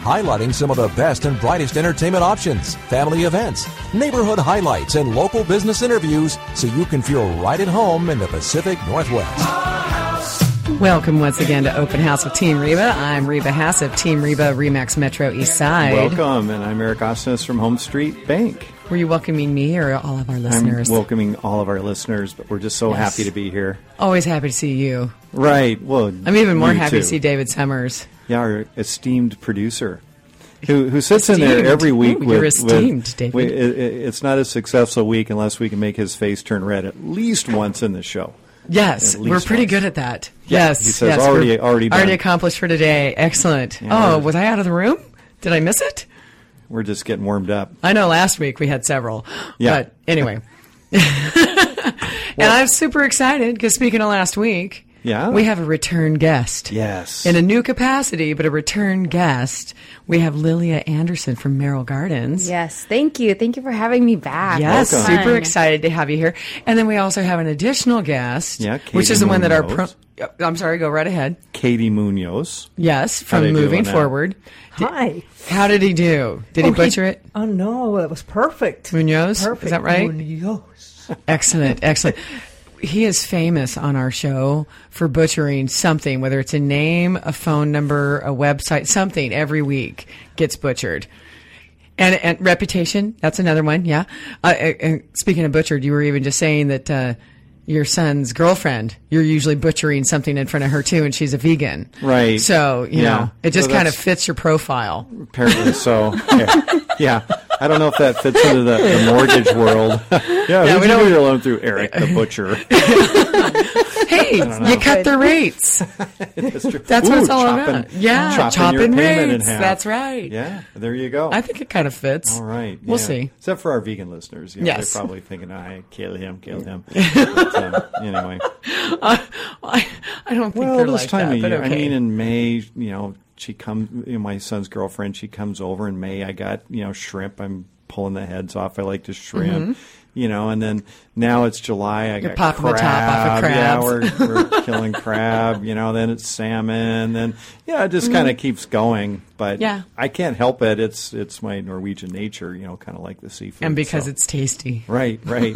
highlighting some of the best and brightest entertainment options, family events, neighborhood highlights, and local business interviews so you can feel right at home in the Pacific Northwest. Welcome once again to Open House with Team Reba. I'm Reba Hass of Team Reba Remax Metro East Side. Welcome, and I'm Eric Osnes from Home Street Bank. Were you welcoming me or all of our I'm listeners? welcoming all of our listeners, but we're just so Yes. happy to be here. Always happy to see you. Right. Well, I'm even more you happy too. to see David Summers. Yeah, our esteemed producer, who who sits in there Esteemed. every week. Ooh, with, you're with- esteemed, David. we- it- it- it's not a successful week unless we can make his face turn red at least once in the show. Yes, At we're least pretty once. good at that. Yes, he says yes, already- we're- already done. already accomplished for today. Excellent. Yeah. Oh, was I out of the room? Did I miss it? We're just getting warmed up. I know last week we had several. Yeah. But anyway. and I'm super excited because speaking of last week, Yeah. we have a return guest. Yes. In a new capacity, but a return guest, we have Lilia Anderson from Merrill Gardens. Yes, thank you. Thank you for having me back. Yes, It's Welcome. super fun. excited to have you here. And then we also have an additional guest, Yeah, which is Katie the one that our pro- Munoz. I'm sorry, go right ahead. Katie Munoz. Yes, do from you do on moving that? forward. Hi. How did he do? Did he butcher it? Oh no, that was perfect. Munoz? Is Perfect. that right? Munoz. Excellent, excellent. He is famous on our show for butchering something, whether it's a name, a phone number, a website, something every week gets butchered. And, and reputation, that's another one, yeah. Uh, and speaking of butchered, you were even just saying that uh, your son's girlfriend, you're usually butchering something in front of her too, and she's a vegan. Right. So, you Yeah. know, it just So kind of that's- fits your profile. Apparently so. yeah. Yeah. I don't know if that fits into the, the mortgage world. yeah, we who did you don't- do your loan through? Eric the butcher. Hey, you cut the rates. That's true. That's what Ooh, it's all chopping- about. Yeah, chopping your chopping payment in rates. half. That's right. Yeah, there you go. I think it kind of fits. all right, We'll yeah. see. Except for our vegan listeners, you know, Yes. they're probably thinking, "I kill him, kill him." But, um, anyway, I, I don't think well, they're this like time that, of but year. okay. I mean, in May, you know, she comes. You know, my son's girlfriend, she comes over in May. I got you know shrimp. I'm pulling the heads off. I like to shrimp. You know, and then now it's July. I Mm-hmm. got popping the crab. top off of Yeah, crabs. we're we're killing crab, you know, then it's salmon, then yeah, it just kind of keeps going. But Mm-hmm. Yeah. I can't help it. It's it's my Norwegian nature, you know, kind of like the seafood. and because so- it's tasty. right, right,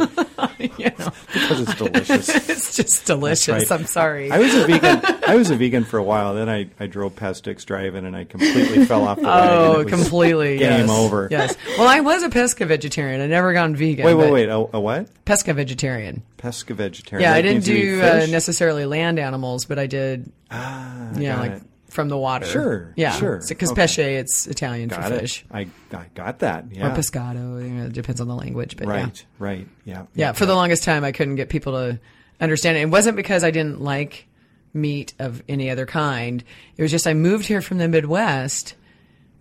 You know, because it's delicious. it's just delicious. right. I'm sorry. I was a vegan. I was a vegan for a while. Then I, I drove past Dick's Drive-In and I completely fell off the wagon. oh, It was completely. Game yes. over. Yes. Well, I was a pesca vegetarian. I never gone vegan. Wait, wait, but wait. A, a what? Pesca vegetarian. Pesca vegetarian. Yeah, That I didn't means you do eat uh, fish? necessarily land animals, but I did. Ah, you know, got like it. from the water. Sure, Yeah. sure. Because Okay. pesce, it's Italian Got for it. fish. I, I got that. Yeah. Or pescado. You know, it depends on the language, but yeah. Right, right. Yeah. Yeah, for the longest time, I couldn't get people to understand it. It wasn't because I didn't like meat of any other kind. It was just I moved here from the Midwest,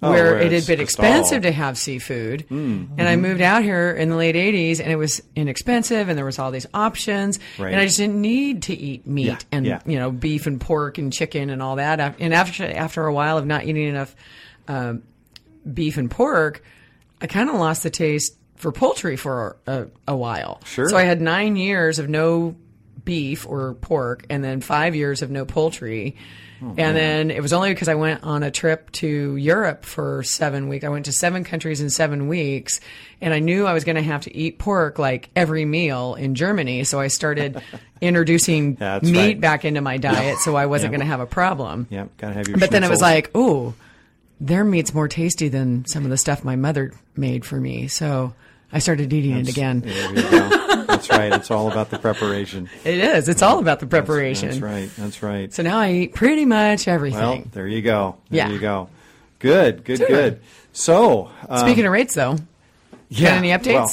Oh, where where it it's Hmm, had been just expensive all- to have seafood, and mm-hmm. I moved out here in the late '80s, and it was inexpensive, and there was all these options, Right. and I just didn't need to eat meat Yeah, and yeah. you know beef and pork and chicken and all that. Af- And after after a while of not eating enough um, beef and pork, I kind of lost the taste for poultry for a, a while. Sure. So I had nine years of no beef or pork, and then five years of no poultry. Oh, and then it was only because I went on a trip to Europe for seven weeks. I went to seven countries in seven weeks, and I knew I was going to have to eat pork like every meal in Germany. So I started introducing meat That's right. back into my diet, so I wasn't Yeah. going to have a problem. Yeah, gotta have your. But then it was schnitzels. like, oh, their meat's more tasty than some of the stuff my mother made for me. So I started eating it again. There you go. That's right. It's all about the preparation. It is. It's all about the That's- preparation. That's, right. That's right. So now I eat pretty much everything. well, there you go. There Yeah. you go. Good. Good. Sure. Good. So, um, Speaking of rates, though, yeah, any updates? well,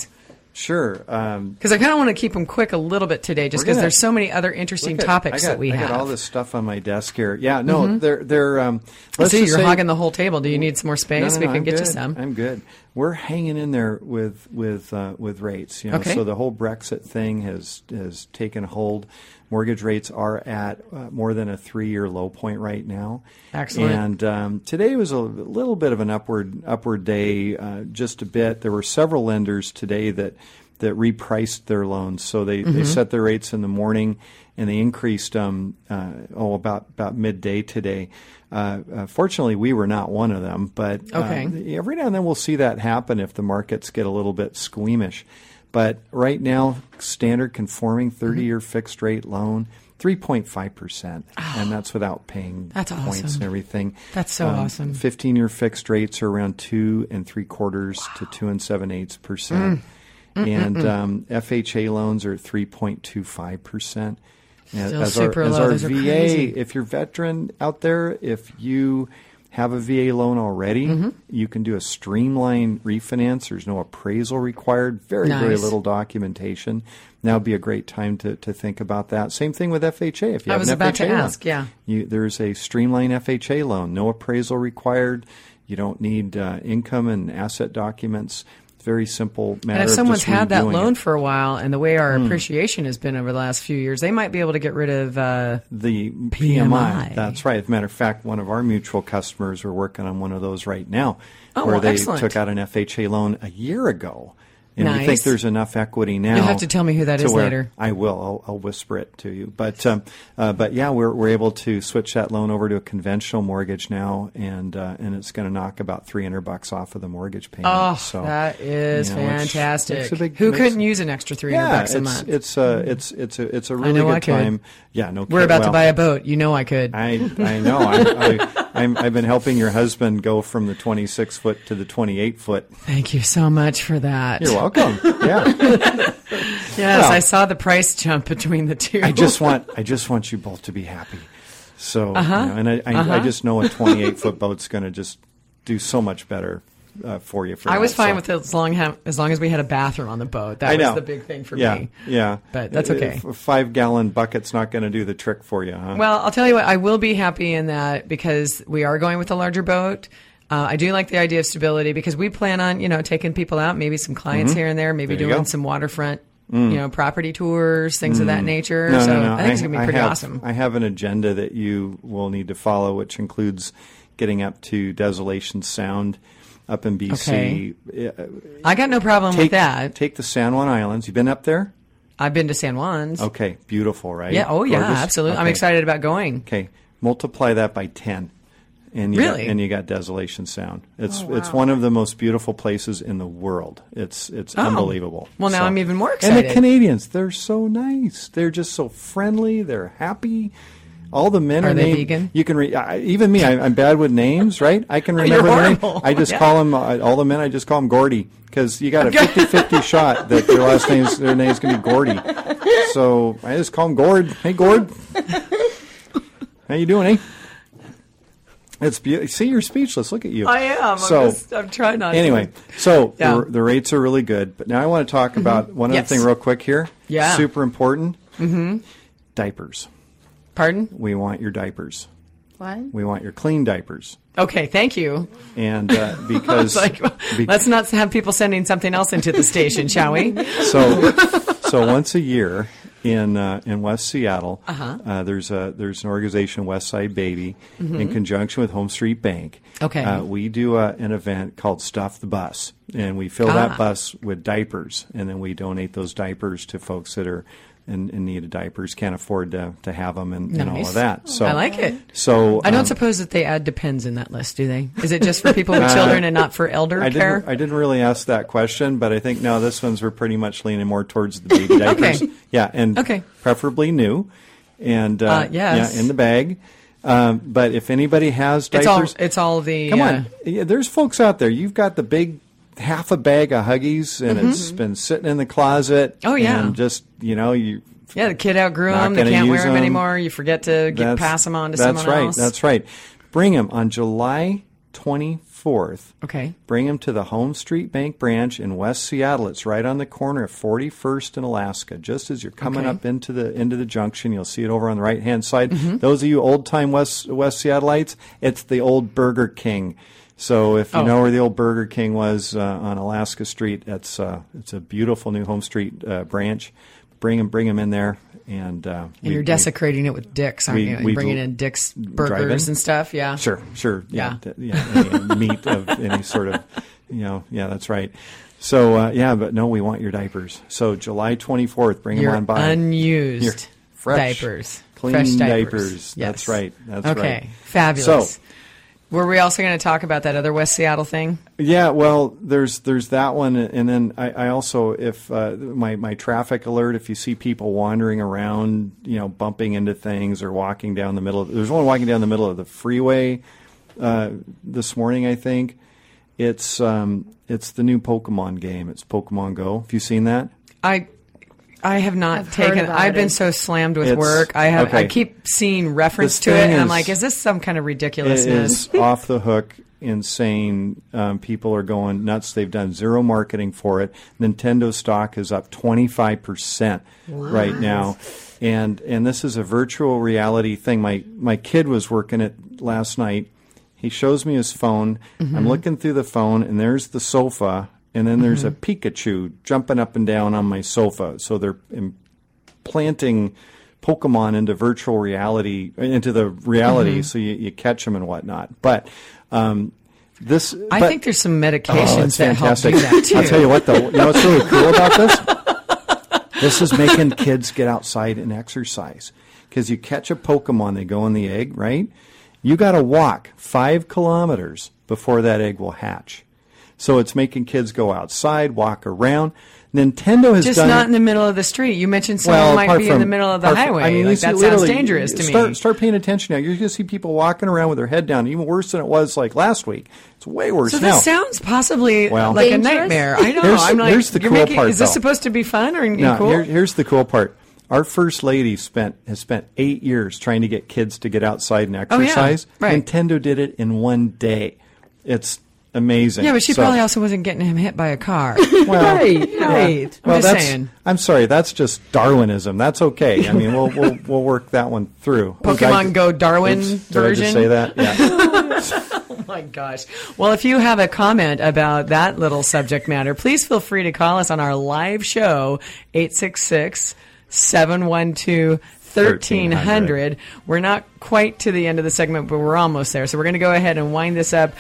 sure. Um, because I kind of want to keep them quick a little bit today, just We're because gonna- there's so many other interesting look at- topics I got, that we I have. Mm-hmm. got all this stuff on my desk here. Yeah. No, they're they're. Um, I let's see just you're say, hogging the whole table. Do you need some more space? No, no, we no, can I'm get you good. some. I'm good. we're hanging in there with with uh, with rates. You know, Okay. so the whole Brexit thing has has taken hold. Mortgage rates are at uh, more than a three year low point right now. Excellent. And um, today was a little bit of an upward upward day, uh, just a bit. There were several lenders today that that repriced their loans, so they, they set their rates in the morning and they increased them uh, oh about about midday today. Uh, uh, fortunately, we were not one of them, but uh, Okay. every now and then we'll see that happen if the markets get a little bit squeamish. But right now, standard conforming 30 year fixed rate loan, 3.5%. And that's without paying That's points awesome. and everything. That's so awesome. 15 year fixed rates are around two and three quarters to two and seven eighths percent. Mm. And um, FHA loans are 3.25%. And Still as our, super as low. our Those are VA, crazy. if you're a veteran out there, if you have a VA loan already, Mm-hmm. you can do a streamline refinance. There's no appraisal required, very, very Nice. little documentation. Now would be a great time to, to think about that. Same thing with FHA. If you I have was an about FHA to loan, ask, yeah. you, there's a streamline FHA loan, no appraisal required. You don't need uh, income and asset documents. Very simple matter. And if of someone's just had that redoing loan it. Hmm. for a while, and the way our appreciation has been over the last few years, they might be able to get rid of. Uh, the PMI. PMI. That's right. As a matter of fact, one of our mutual customers, we're working on one of those right now, Oh, where well, they excellent. took out an FHA loan a year ago. And we think Nice. there's enough equity now. have to tell me who that that is is later. I will. I'll, I'll whisper it to you. But um, uh, but yeah, we're, we're able to switch that loan over to a conventional mortgage now, and uh, and it's going to knock about 300 bucks off of the mortgage payment. oh, so that is you know, it's- fantastic. it's a big- Who makes- couldn't use an extra three hundred yeah, bucks a it's, month? it's uh, it's it's a it's a really know good I could. time. Yeah, no. We're kid- about to well, buy a boat. You know I could. I I know. I, I, I'm, I've been helping your husband go from the 26 foot to the 28 foot. Thank you so much for that. You're welcome. Yeah. Yes, Well- I saw the price jump between the two. I just want I just want you both to be happy. So you Uh-huh. know, and I I, I just know a 28 foot boat's going to just do so much better uh, for you. For I was that, fine so. with it as long ha- as long as we had a bathroom on the boat. That I know was the big thing for yeah, me. Yeah, But that's Uh, okay. A five gallon bucket's not going to do the trick for you, huh? Well, I'll tell you what, I will be happy in that because we are going with a larger boat. Uh, I do like the idea of stability because we plan on, you know, taking people out, maybe some clients here and there, maybe Mm-hmm. There you doing go. Mm. some waterfront, you know, property tours, things of that nature. so I think it's going to be pretty have, awesome. I have an agenda that you will need to follow, which includes getting up to Desolation Sound up in BC. Uh, I got no problem Take with that. Take the San Juan Islands. You've been up there? I've been to San Juan's. Okay, beautiful, right? Yeah. Oh, yeah. Gorgeous? Absolutely. I'm Okay. excited about going. Okay, multiply that by ten, and you Really? Oh, got, and you got Desolation Sound. It's it's one of the most beautiful places in the world. It's it's unbelievable. Oh. Well, now I'm even more And excited. the Canadians, they're so nice. They're just so friendly. They're happy. All the men are, Are they named- vegan? You can re- I, even me. I, I'm bad with names, right? I can remember You're the name. horrible. I just Yeah. call them uh, all the men. I just call them Gordy because you got a 50-50 shot that their last name's their name's going to be Gordy. So I just call him Gord. Hey, Gord. How you doing, eh? It's beautiful. See, you're speechless. Look at you. I am. So I'm, just, I'm trying not anyway, to. so Yeah. Mm-hmm. the, the rates are really good. But now I want to talk about one other Yes. thing real quick here. Yeah. Super important. Mm-hmm. Diapers. Pardon? We want your diapers. What? We want your clean diapers. Okay. Thank you. And uh, because Like, be- let's not have people sending something else into the station, shall we? so so once a year in uh, in West Seattle, Uh-huh. uh there's a there's an organization West Side Baby in conjunction with Home Street Bank. Mm-hmm. Okay. uh, we do a, an event called Stuff the Bus, and we fill Ah. that bus with diapers, and then we donate those diapers to folks that are. In, in need of diapers, can't afford to, to have them, and, and all Nice. of that. So I like it. So I don't um, suppose that they add depends in that list, do they? Is it just for people with children and not for elder Uh, I care? Didn't, I didn't really ask that question, but I think no, this one's we're pretty much leaning more towards the baby diapers. Yeah, and Okay. preferably new, and uh, Uh, yes. yeah, in the bag. Um, but if anybody has it's all diapers, it's all the come uh, on, yeah, there's folks out there. You've got the big half a bag of Huggies, and it's been sitting in the closet. Mm-hmm. Oh, yeah. and just you know you. Yeah, the kid outgrew Not them. They gonna can't wear use them 'em. anymore. You forget to get, that's- pass them on to that's someone right, else. That's right. Bring them on July twenty fourth. Okay. Bring them to the Home Street Bank branch in West Seattle. It's right on the corner of 41st and Alaska. Just as you're coming Okay. up into the into the junction, you'll see it over on the Mm-hmm. right hand side. Those of you old time West West Seattleites, it's the old Burger King. So if you Oh. know where the old Burger King was uh, on Alaska Street, that's uh, it's a beautiful new Home Street uh, branch. Bring them, in there, and, uh, And you're desecrating it with dicks, aren't we- you? we You're bringing do- in dicks, drive-in? burgers, and stuff. Yeah. Sure, sure. Yeah. Yeah. th- yeah, any meat of any sort of, you know, yeah, that's right. So, uh, yeah, but no, we want your diapers. So, July 24th, bring Your them on by. unused Your fresh, diapers. Clean fresh diapers. Yes. That's right. That's okay. right. Fabulous. So, Were we also going to talk about that other West Seattle thing? Yeah, well, there's there's that one, and then I, I also if uh, my my traffic alert. If you see people wandering around, you know, bumping into things or walking down the middle. Of, there's one walking down the middle of the freeway uh, this morning. I think it's um, it's the new Pokemon game. It's Pokemon Go. Have you seen that? I I have not I've heard taken. about I've been it. so slammed with It's- work. I have. I okay. keep seeing reference This to it, thing and I'm is- like, is this some kind of It ridiculousness? is off the hook, insane. Um, people are going nuts. They've done zero marketing for it. Nintendo stock is up 25% right now. And and this is a virtual reality thing. My my kid was working it last night. He shows me his phone. I'm looking through the phone and there's the sofa and then there's a Pikachu jumping up and down on my sofa. So they're im- planting Pokemon into virtual reality, into the reality, Mm-hmm. so you, you catch them and whatnot. But um, this, I but- think there's some oh, medications it's that fantastic. help do that too. I'll tell you what, though, you know what's really cool about this? This is making kids get outside and exercise because you catch a Pokemon, they go in the egg, right? You got to walk five kilometers before that egg will hatch. So it's making kids go outside, walk around. Nintendo has Just done not in the middle of the street. You mentioned someone might apart be in from- the middle of the apart from- highway. I mean, you like, see that sounds literally- dangerous to start, me. Start paying attention now. You're going to see people walking around with their head down, even worse than it was like last week. It's way worse so now. this sounds possibly Well- like Dangerous? a nightmare. I know. Here's- I'm like, here's the you're cool making, part, is this though. supposed to be fun or and now, cool? here- here's the cool part. Our first lady spent has spent eight years trying to get kids to get outside and Oh, yeah. exercise. Right. Nintendo did it in one day. It's amazing. yeah, but she So- probably also wasn't getting him hit by a car. well, Right, right. I'm Well, just that's, saying. I'm sorry. That's just Darwinism. That's okay. I mean, we'll we'll, we'll work that one through. Oops, I Pokemon just- Go Darwin oops, Did I version. just say that? Yeah. my gosh. Well, if you have a comment about that little subject matter, please feel free to call us on our live show, 866 712 1300. We're not quite to the end of the segment, but we're almost there. So we're going to go ahead and wind this up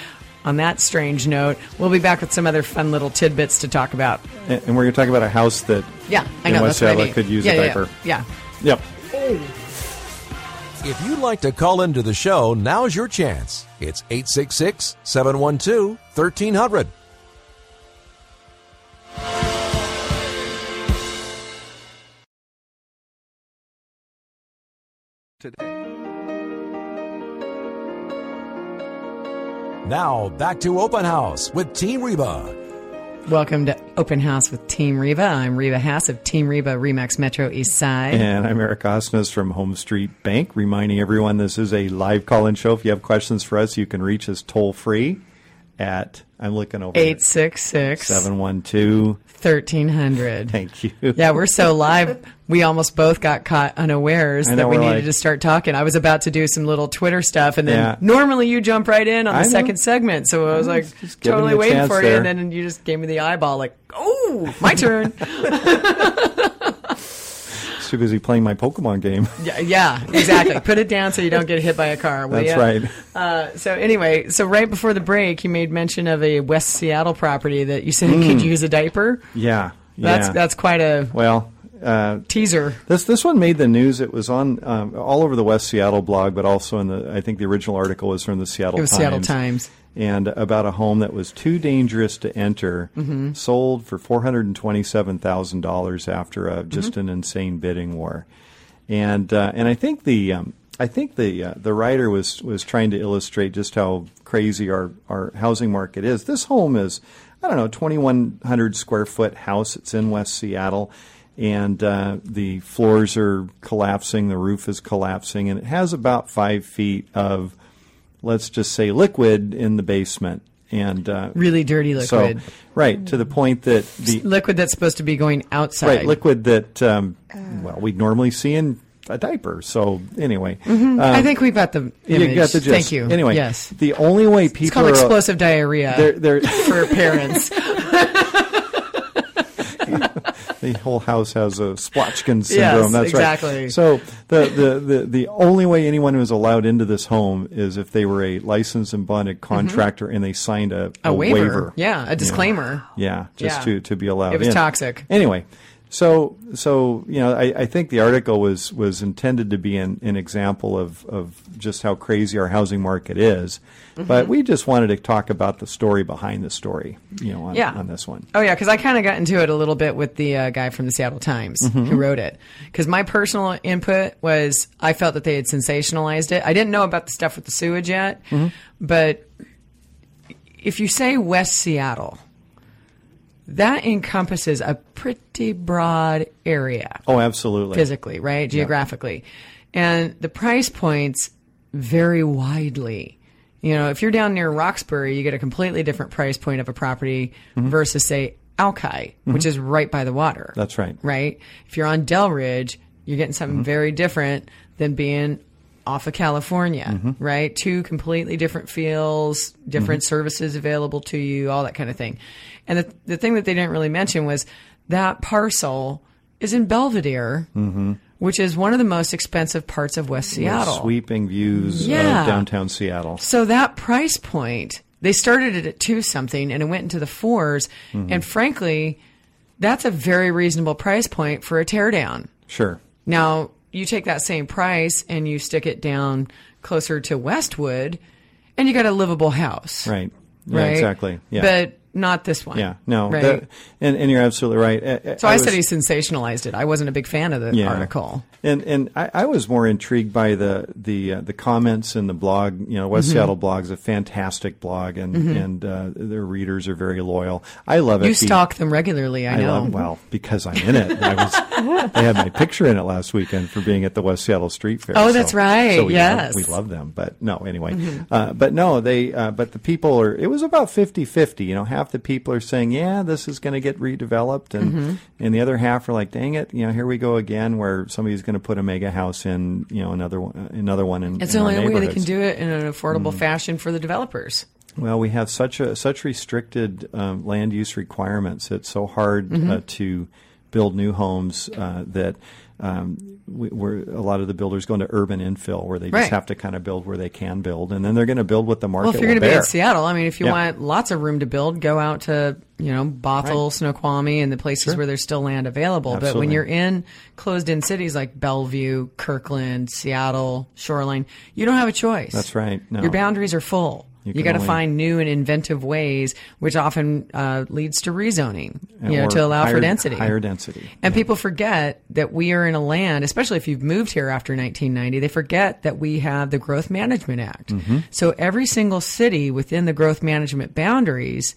on that strange note. We'll be back with some other fun little tidbits to talk about. And and we're going to talk about a house that Yeah, I in know. West that's what I Seattle mean. could use yeah, a yeah, diaper. Yeah. yeah. Yep. If you'd like to call into the show, now's your chance. It's 866 712 1300. Now, back to Open House with Team Reba. Welcome to Open House with Team Reba. I'm Reba Hass of Team Reba Remax Metro East Side. And I'm Eric Osnes from Home Street Bank, reminding everyone this is a live call in show. If you have questions for us, you can reach us toll free at, I'm looking over here, 866 712. 1300. Thank you. Yeah, we're so live. We almost both got caught unawares I know, that we we're needed like- to start talking. I was about to do some little Twitter stuff, and then Yeah. normally you jump right in on the I know. second segment. So I was like just giving totally you a waiting chance for you, and there. then you just gave me the eyeball, like, oh, my turn. Too busy playing my Pokemon game. yeah, yeah, exactly. Put it down so you don't get hit by a car. will That's ya? right. Uh, so anyway, so right before the break, you made mention of a West Seattle property that you said could use a diaper. Yeah. That's Mm. yeah. that's quite a Well, uh, teaser. This this one made the news. It was on um, all over the West Seattle blog, but also in the I think the original article was from the Seattle. It was Times, Seattle Times. and about a home that was too dangerous to enter, sold for four hundred and twenty-seven thousand dollars after a, just an insane bidding war, and uh, and I think the. Um, I think the uh, the writer was, was trying to illustrate just how crazy our, our housing market is. This home is I don't know twenty one hundred square foot house. It's in West Seattle, and uh, the floors are collapsing, the roof is collapsing, and it has about five feet of, let's just say, liquid in the basement, and uh, Really dirty liquid. So, right to the point that the liquid that's supposed to be going outside. right liquid that um, well we normally see in a diaper. So anyway, I um, think we got the Mm-hmm. image. you got the gist. Thank you. Anyway, uh, yes, the only way people it's called are explosive diarrhea They're, they're, for parents. the whole house has a Splotchkin syndrome. Yes, That's exactly. right. So the, the, the, the only way anyone was allowed into this home is if they were a licensed and bonded contractor and they signed a, Mm-hmm. a waiver. Yeah, a disclaimer. Yeah, just Yeah. to to be allowed. It was in. toxic. Anyway, so so you know, I, I think the article was was intended to be an, an example of of just how crazy our housing market is, Mm-hmm. but we just wanted to talk about the story behind the story. You know, on, yeah. on this one. Oh yeah, because I kind of got into it a little bit with the uh, guy from the Seattle Times Mm-hmm. who wrote it. Because my personal input was I felt that they had sensationalized it. I didn't know about the stuff with the sewage yet, Mm-hmm. but if you say West Seattle, that encompasses a pretty broad area Oh, absolutely. physically, right? Geographically. And the price points vary widely. You know, if you're down near Roxbury, you get a completely different price point of a property Mm-hmm. versus, say, Alki, which is right by the water. That's right. Mm-hmm. Right? If you're on Del Ridge, you're getting something very different than being off of California, Mm-hmm. right? Two completely different feels, different services available to you, all that kind of thing. And the, the thing that they didn't really mention was that parcel is in Belvedere, which is one of the most expensive parts of West Seattle. Sweeping views Yeah. of downtown Seattle. So that price point, they started it at two something and it went into the 4s Mm-hmm. And frankly, that's a very reasonable price point for a teardown. Sure. Now, you take that same price and you stick it down closer to Westwood and you got a livable house. Right. Yeah, right? Exactly. Yeah. But not this one. yeah. No. Right. that- and, and you're absolutely right. A- so I, said was- he sensationalized it. I wasn't a big fan of the article. And and I, I was more intrigued by the the uh, the comments in the blog. You know, Mm-hmm. West Seattle blog's a fantastic blog, and and uh, their readers are very loyal. I love it. You The- stalk them regularly, I I know. love well because I'm in it. I was I had my picture in it last weekend for being at the West Seattle Street Fair. Oh, that's right. So we Yes. Mm-hmm. love, we love them, but no. Anyway, uh, but no, they uh, but the people are. It was about 50-50. You know, half the people are saying, "Yeah, this is going to get redeveloped," and Mm-hmm. and the other half are like, "Dang it, you know, here we go again, where somebody's going to put a mega house in, you know, another one, another one in." it's in the our only way they can neighborhoods." Mm. do it in an affordable fashion for the developers. Well, we have such a such restricted um, land use requirements. It's so hard uh, Mm-hmm. to build new homes uh, that um, we, we're a lot of the builders going to urban infill, where they Right. just have to kind of build where they can build, and then they're going to build what the market Well, if you're will going to be bear. in Seattle, I mean, if you Yeah. want lots of room to build, go out to you know Bothell, Snoqualmie, and the places where there's still land available. But when Absolutely. you're in closed-in cities like Bellevue, Kirkland, Seattle, Shoreline, you don't have a choice. That's right. No. Your boundaries are full. You, You got can to only- find new and inventive ways, which often uh, leads to rezoning, you know, Or to allow for higher- density. Higher density. And people forget that we are in a land, especially if you've moved here after 1990, they forget that we have the Growth Management Act. Mm-hmm. So every single city within the growth management boundaries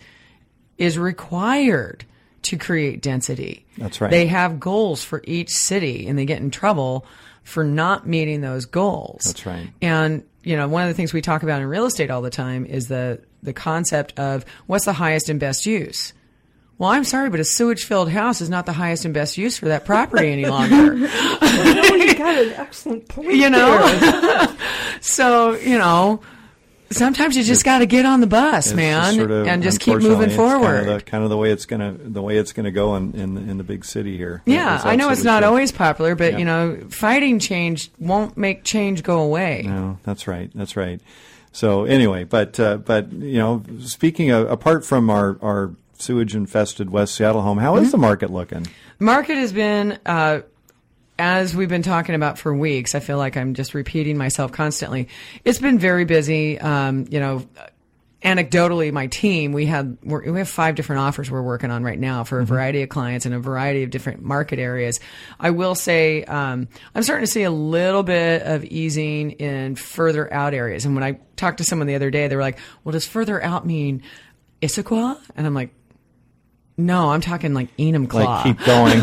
is required to create density. That's right. They have goals for each city and they get in trouble for not meeting those goals. That's right. And you know, one of the things we talk about in real estate all the time is the the concept of what's the highest and best use. Well, I'm sorry, but a sewage filled house is not the highest and best use for that property any longer. Oh, you got an excellent point. You know? there. so, you know, sometimes you just got to get on the bus, It's man, just sort of, and just keep unfortunately, moving it's kind of forward. the- Kind of the, way it's going to the way it's going to go in, in in the big city here. yeah, I know it's absolutely not true. always popular, but Yeah. you know, fighting change won't make change go away. No, that's right. That's right. So anyway, but uh, but you know, speaking of, apart from our our sewage infested West Seattle home, how is the market looking? Market has been, uh, as we've been talking about for weeks, I feel like I'm just repeating myself constantly. It's been very busy. Um, you know, anecdotally, my team, we had, we're, we have five different offers we're working on right now for a variety of clients in a variety of different market areas. I will say, um, I'm starting to see a little bit of easing in further out areas. And when I talked to someone the other day, they were like, well, does further out mean Issaquah? And I'm like, no, I'm talking like Enumclaw. Like keep going,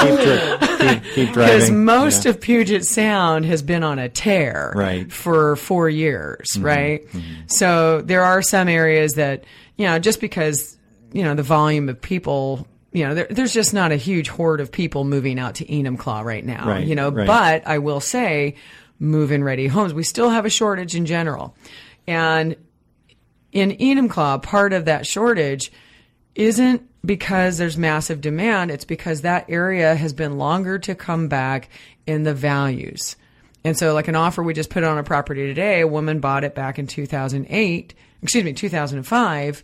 keep, dri- keep, keep driving. Because most Yeah. of Puget Sound has been on a tear Right. Mm-hmm. for four years, right? So there are some areas that, you know, just because, you know, the volume of people you know, there, there's just not a huge horde of people moving out to Enumclaw right now, Right, you know, right. but I will say move in ready homes. We still have a shortage in general. And in Enumclaw, part of that shortage isn't because there's massive demand, it's because that area has been longer to come back in the values. And so, like an offer we just put on a property today, a woman bought it back in 2008, excuse me, 2005,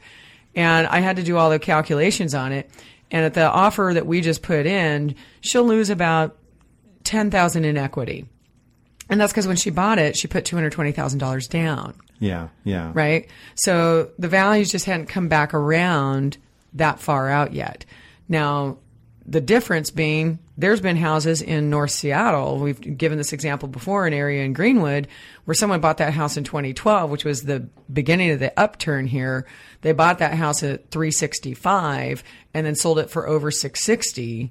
and I had to do all the calculations on it. And at the offer that we just put in, she'll lose about 10,000 in equity. And that's because when she bought it, she put $220,000 down Yeah, yeah. right? So the values just hadn't come back around that far out yet. Now, the difference being there's been houses in North Seattle. We've given this example before, an area in Greenwood where someone bought that house in 2012, which was the beginning of the upturn here. They bought that house at 365 and then sold it for over 660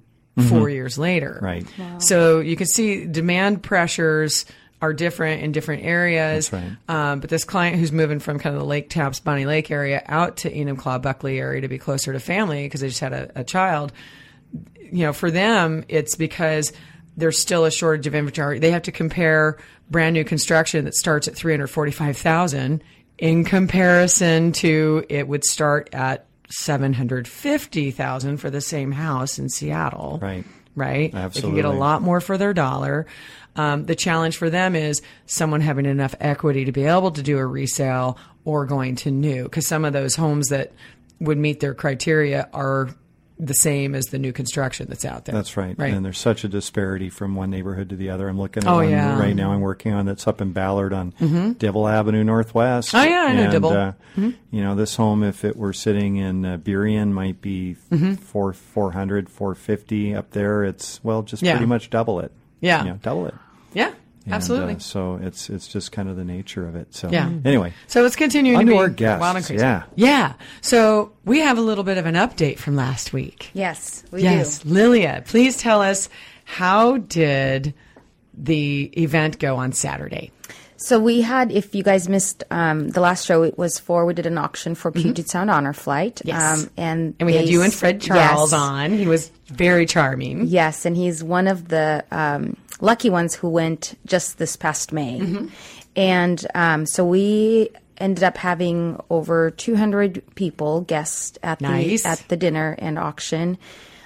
four years later. Right. So you can see demand pressures are different in different areas. That's right. Um, but this client who's moving from kind of the Lake Taps, Bonnie Lake area out to Enumclaw, Buckley area to be closer to family because they just had a, a child, you know, for them, it's because there's still a shortage of inventory. They have to compare brand new construction that starts at 345,000 in comparison to it would start at 750,000 for the same house in Seattle Right. right? They can get Absolutely. a lot more for their dollar. Um, the challenge for them is someone having enough equity to be able to do a resale or going to new, because some of those homes that would meet their criteria are the same as the new construction that's out there. That's right. Right. And there's such a disparity from one neighborhood to the other. I'm looking at Oh, one yeah. Mm-hmm. right now I'm working on that's up in Ballard on Dibble Avenue Northwest. Oh, yeah, I know and, Dibble. Mm-hmm. Uh, You know, this home, if it were sitting in uh, Burien, might be Mm-hmm. four, 400, 450 up there. It's, well, just Yeah. pretty much double it. Yeah. You know, double it. yeah, And, absolutely. uh, so it's it's just kind of the nature of it. So Yeah. anyway, so it's continuing on to to be our guests, wild and crazy. yeah. yeah. So we have a little bit of an update from last week. Yes, we yes, do. Lilia, please tell us how did the event go on Saturday? So we had, if you guys missed um, the last show, it was for we did an auction for Puget Sound Honor Flight. Mm-hmm. Yes. um, and And we had they you and s- Fred Charles yes. on. He was very charming. Yes, and he's one of the um, lucky ones who went just this past May. Mm-hmm. And um, so we ended up having over 200 people guests at Nice. the at the dinner and auction.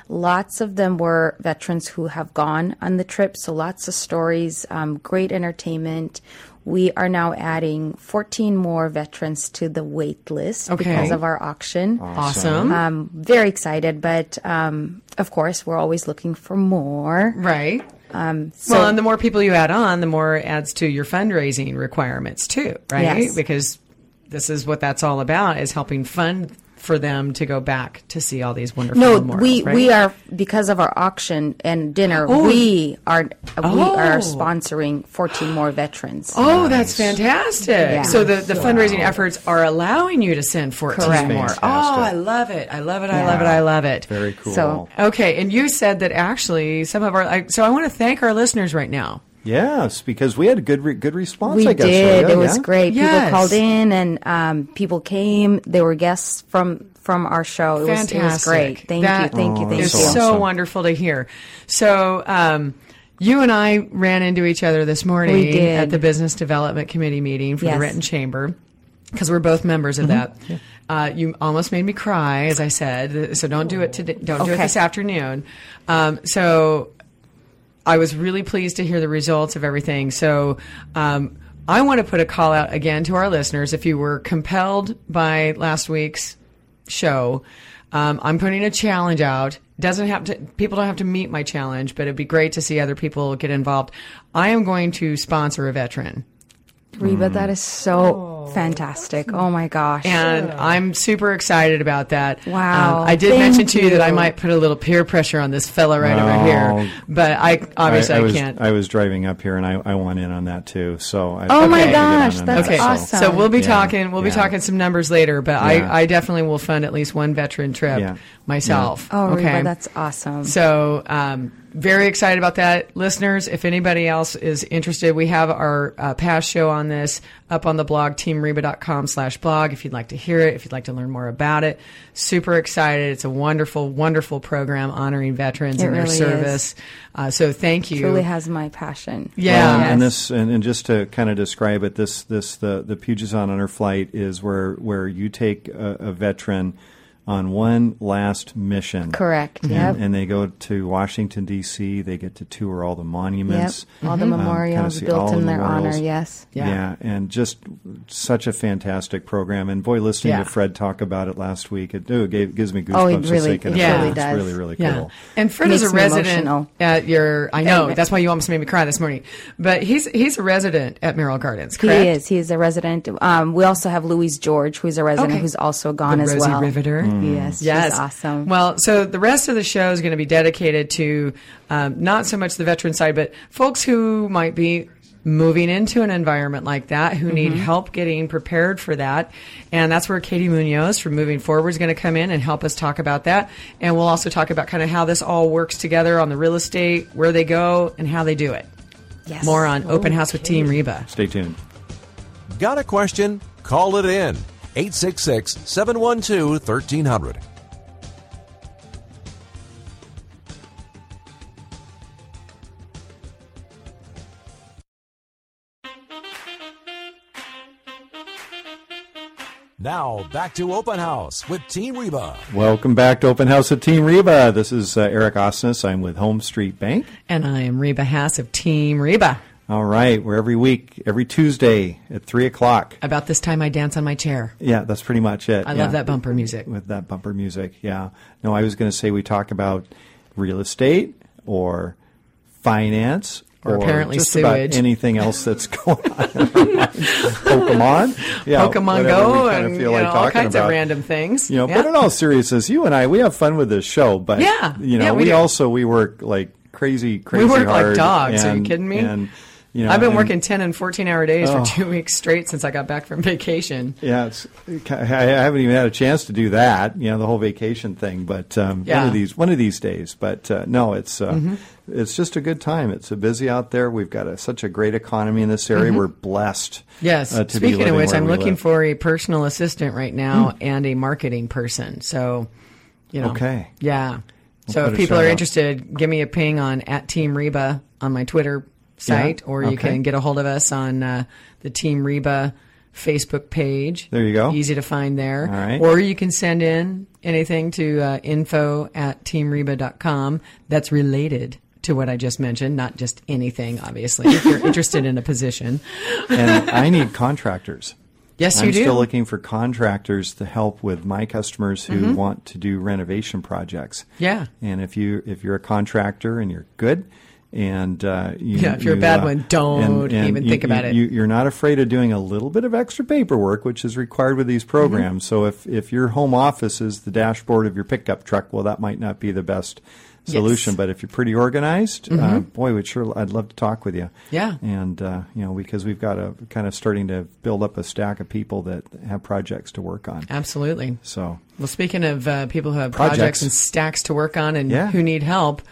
Lots of them were veterans who have gone on the trip, so lots of stories, um, great entertainment. We are now adding 14 more veterans to the wait list Okay. because of our auction Awesome. um, very excited, but um, of course, we're always looking for more. right. well, and the more people you add on, the more it adds to your fundraising requirements too, right? Yes. Because this is what that's all about is helping fund for them to go back to see all these wonderful No, memorials, we right? we are because of our auction and dinner. We are we Oh. are sponsoring 14 more veterans. Oh, that's fantastic. So the, the fundraising efforts are allowing you to send 14 Correct. more. Fantastic. Oh, I love it. I love it. I love it. I love it. very cool. So- Okay, and you said that actually some of our I, so I want to thank our listeners right now. yes, because we had a good re- good response. We I guess, did. Leah, it was yeah? great. Yes. People called in and um, people came. They were guests from from our show. It, was, it was great. Fantastic. Thank That you. Thank you. Thank you. It's that's awesome. so wonderful to hear. So, um, you and I ran into each other this morning We did. at the Business Development Committee meeting for Yes. the Renton Chamber because we're both members of that. Uh, you almost made me cry, as I said. So don't do it today. Don't do it Okay. this afternoon. Um, so I was really pleased to hear the results of everything. So, um, I want to put a call out again to our listeners. If you were compelled by last week's show, um, I'm putting a challenge out. Doesn't have to, people don't have to meet my challenge, but it'd be great to see other people get involved. I am going to sponsor a veteran. Reba, that is so fantastic. Oh my gosh. And I'm super excited about that. Wow. Um, I did Thank mention to you that I you. might put a little peer pressure on this fella right No. over here, but I obviously I, was, can't. I was driving up here and I, I went in on that too. So I, Oh my I had to get in gosh, on that's that, Okay, so- awesome. so we'll be Yeah, talking. We'll be yeah. talking some numbers later, but Yeah. I, I definitely will fund at least one veteran trip Yeah. myself. oh, okay, Reba, that's awesome. so um, very excited about that. Listeners, if anybody else is interested, we have our uh, past show on this up on the blog, teamreba.com slash blog, if you'd like to hear it, if you'd like to learn more about it. Super excited. It's a wonderful, wonderful program honoring veterans It and their really is. service. Uh, so thank you. Truly has my passion. Yeah. Um, And Yes. this, and, and just to kind of describe it, this, this, the the Puget Sound Honor Flight is where where you take a, a veteran on one last mission. Correct. And, Yep. and they go to Washington D.C. They get to tour all the Yep. monuments, All the um, kinda memorials see all built of in the their honor. memorials. Yes. Yeah. Yeah. and just such a fantastic program. And boy, listening Yeah. to Fred talk about it last week, it, oh, it gave, gives me goosebumps Oh, it just really- thinking it about really It's does. really, really cool. And Fred Makes is a me resident emotional. at your. I know And- that's why you almost made me cry this morning. But he's he's a resident at Merrill Gardens. Correct? He is. He is a resident. Um, we also have Louise George, who's a resident, Okay. who's also gone The as Rosie well. Riveter. Mm. Yes, Yes. she's awesome. Well, so the rest of the show is going to be dedicated to um, not so much the veteran side, but folks who might be moving into an environment like that, who need Mm-hmm. help getting prepared for that. And that's where Katie Munoz from Moving Forward is going to come in and help us talk about that. And we'll also talk about kind of how this all works together on the real estate, where they go, and how they do it. yes. More on Open House with Team Reba. Stay tuned. Got a question? Call it in. 866 712 1300. Now, back to Open House with Team Reba. Welcome back to Open House at Team Reba. This is uh, Eric Osnes. I'm with Home Street Bank. And I am Reba Hass of Team Reba. All right, we're every week, every Tuesday at three o'clock. About this time, I dance on my chair. Yeah, that's pretty much it. I Yeah. love that bumper music. with that bumper music. Yeah. No, I was going to say we talk about real estate or finance. Or apparently just sewage. about anything else that's going on. Pokemon, yeah, Pokemon whatever we Go kinda and feel you like know, all talking kinds of about. random things. You know, Yeah. but in all seriousness, you and I, we have fun with this show. But Yeah. you know, Yeah, we we, do. also we work like crazy, crazy work like hard. dogs. Are you And, kidding me? And, you know, I've been and- working 10 and 14 hour days Oh. for two weeks straight since I got back from vacation. Yeah, it's, I haven't even had a chance to do that. You know, the whole vacation thing, but um, Yeah. Mm-hmm. one of these one of these days. But uh, no, it's uh, it's just a good time. It's uh busy out there. We've got a, such a great economy in this area. We're blessed. Mm-hmm. Yes. uh, to be Speaking living of which, where I'm we looking live. Hmm. for a personal assistant right now and a marketing person. So, you know. Okay. Yeah. So if put a people are shout out. interested, give me a ping on at Team Reba on my Twitter site, or you Okay. can get a hold of us on uh, the Team Reba Facebook page. There you go. Easy to find there. All right. Or you can send in anything to uh, info at teamreba.com that's related to what I just mentioned, not just anything, obviously, if you're interested in a position. and I need contractors. Yes, I'm you do. still looking for contractors to help with my customers who want to do renovation projects. Mm-hmm. Yeah. And if you if you're a contractor and you're good, and uh, you, Yeah, if you're a you, bad one, don't even you- think you- about it. You, you're not afraid of doing a little bit of extra paperwork, which is required with Mm-hmm. these programs. So if if your home office is the dashboard of your pickup truck, well, that might not be the best solution. But if you're pretty organized, uh, boy, would sure I'd love to talk with you. Mm-hmm. Yeah. And uh, you know, because we've got a kind of starting to build up a stack of people that have projects to work on. Absolutely. So Well, speaking of uh, people who have projects. Projects. and stacks to work on and Yeah. who need help,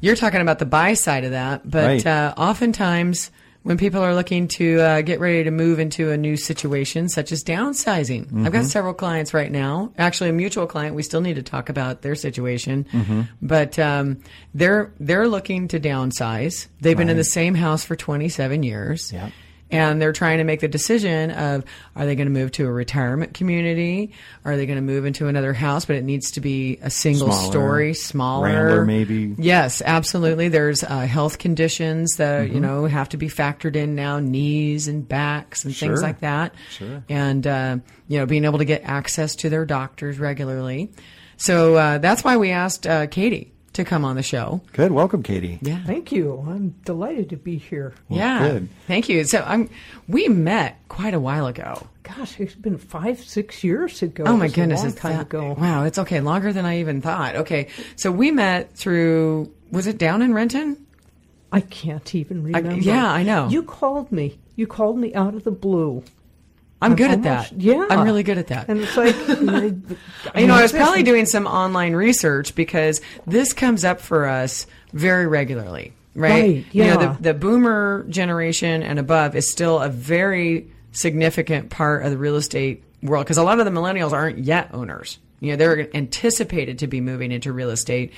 you're talking about the buy side of that. But Right. uh, oftentimes, when people are looking to uh, get ready to move into a new situation, such as downsizing, I've Mm-hmm. got several clients right now. Actually, a mutual client. We still need to talk about their situation, Mm-hmm. but um, they're they're looking to downsize. They've been in the same house for 27 years Yep. and they're trying to make the decision of are they going to move to a retirement community are they going to move into another house but it needs to be a single Smaller. story smaller Rambler, maybe. yes absolutely there's uh, health conditions that Mm-hmm. you know have to be factored in now knees and backs and things Sure. like that Sure. and uh, you know being able to get access to their doctors regularly so uh, that's why we asked uh, katie to come on the show good. Welcome, Katie. yeah Thank you. I'm delighted to be here. yeah good. thank you so i'm we met quite a while ago Gosh, it's been five, six years ago. Oh my It's goodness, a long it's time that- ago. Wow, it's okay, longer than I even thought. Okay, so we met through was it down in Renton? I can't even remember. yeah, I know. You called me. You called me out of the blue. I'm, good almost- at that. Yeah. I'm really good at that. And it's like, you know, I was this- probably doing some online research because this comes up for us very regularly, right? Right, You yeah. know, the, the boomer generation and above is still a very significant part of the real estate world because a lot of the millennials aren't yet owners. You know, they're anticipated to be moving into real estate.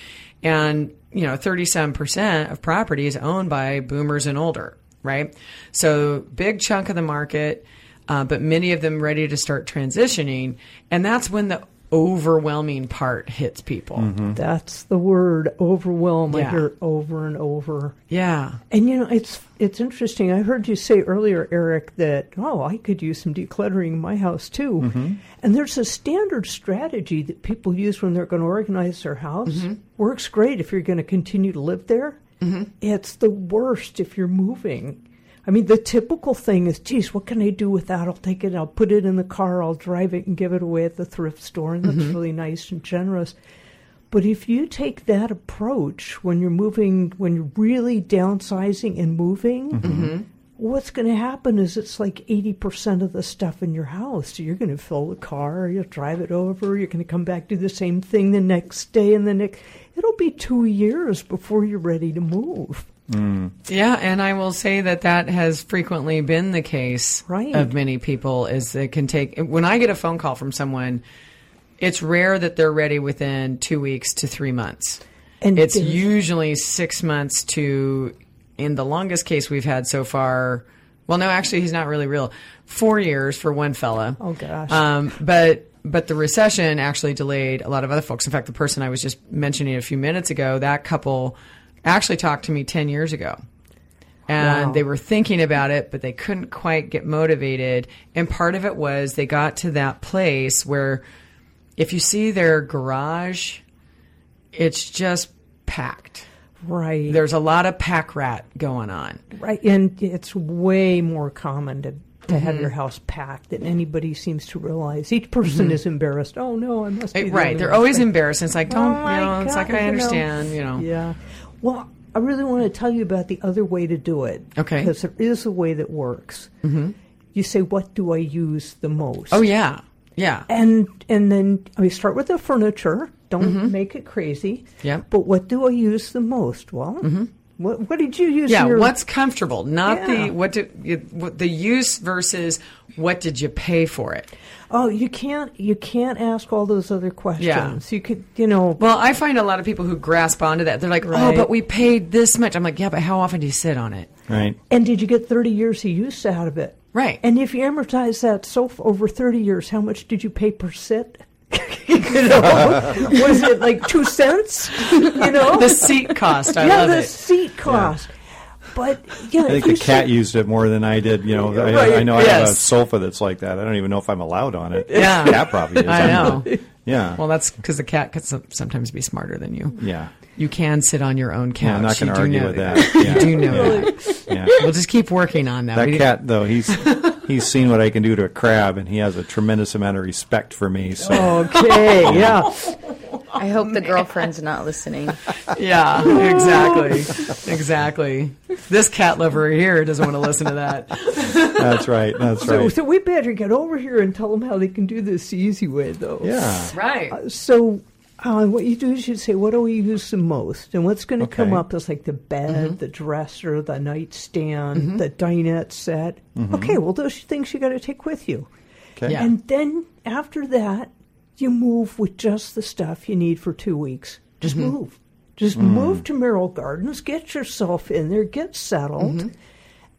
And, you know, 30 some percent of property is owned by boomers and older, right? So, big chunk of the market uh, but many of them ready to start transitioning. And that's when the overwhelming part hits people. Mm-hmm. That's the word overwhelm. I Yeah. hear it over and over. Yeah. And you know, it's it's interesting. I heard you say earlier, Eric, that oh, I could use some decluttering in my house too. And there's a standard strategy that people use when they're going to organize their house. Works great if you're going to continue to live there. It's the worst if you're moving. I mean, the typical thing is, geez, what can I do with that? I'll take it, I'll put it in the car, I'll drive it and give it away at the thrift store, and that's really nice and generous. But if you take that approach when you're moving, when you're really downsizing and moving, what's going to happen is it's like 80% of the stuff in your house. You're going to fill the car, you'll drive it over, you're going to come back, do the same thing the next day, and the next. It'll be two years before you're ready to move. Yeah. And I will say that that has frequently been the case Right. of many people is it can take, when I get a phone call from someone, it's rare that they're ready within two weeks to three months. And it's there's- usually six months to, in the longest case we've had so far, well, no, actually, he's not really real. Four years for one fella. Oh, gosh. Um, but but the recession actually delayed a lot of other folks. In fact, the person I was just mentioning a few minutes ago, that couple actually talked to me ten years ago. And Wow. they were thinking about it, but they couldn't quite get motivated. And part of it was they got to that place where if you see their garage, it's just packed. Right. There's a lot of pack rat going on. Right, and it's way more common to, to Mm-hmm. have your house packed than anybody seems to realize. Each person is embarrassed. Oh no, I must be the Mm-hmm. right. only They're one." always embarrassed. It's like, Oh, don't, my you know, it's like, God, I you know. understand, you know. Yeah. Well, I really want to tell you about the other way to do it. Okay. Because there is a way that works. Mm-hmm. You say, "What do I use the most?" Oh, yeah. Yeah. and and then we start with the furniture. Don't make it crazy. Mm-hmm. Yep. Mm-hmm. But what do I use the most? Well, what what did you use? Yeah, your, what's comfortable, not Yeah. the what do you- what the use versus what did you pay for it. Oh, you can't you can't ask all those other questions. You could you know Well, I find a lot of people who grasp onto that. They're like, "Oh, Right. but we paid this much." I'm like, "Yeah, but how often do you sit on it?" Right. and did you get thirty years of use out of it? Right. And if you amortize that so f- over thirty years, how much did you pay per sit? you know, was it like two cents? You know, the seat cost. I yeah, love the it. seat cost. But yeah, I think if you the cat sit- used it more than I did. You know, I, I Right, know I have a yes. sofa that's like that. I don't even know if I'm allowed on it. Yeah. cat probably is. I I'm know. not. Yeah. Well, that's because the cat could some- sometimes be smarter than you. yeah. You can sit on your own couch. Yeah, I'm not You going to do argue know with that. Yeah. You do know Yeah. that. Yeah. We'll just keep working on that. That We- cat, though, he's he's seen what I can do to a crab, and he has a tremendous amount of respect for me. So Oh, Okay, yeah. I hope the girlfriend's not listening. Yeah, exactly, exactly. This cat lover here doesn't want to listen to that. that's right. That's So, right. so we better get over here and tell them how they can do this the easy way, though. yeah. Right. So, uh, what you do is you say, "What do we use the most?" And what's going to come Okay. up is like the bed, the dresser, the nightstand, the dinette set. Okay, well, those are things you got to take with you, Okay. Yeah. and then after that, you move with just the stuff you need for two weeks. Just Mm-hmm. move. Just Mm. move to Merrill Gardens. Get yourself in there. Get settled. Mm-hmm.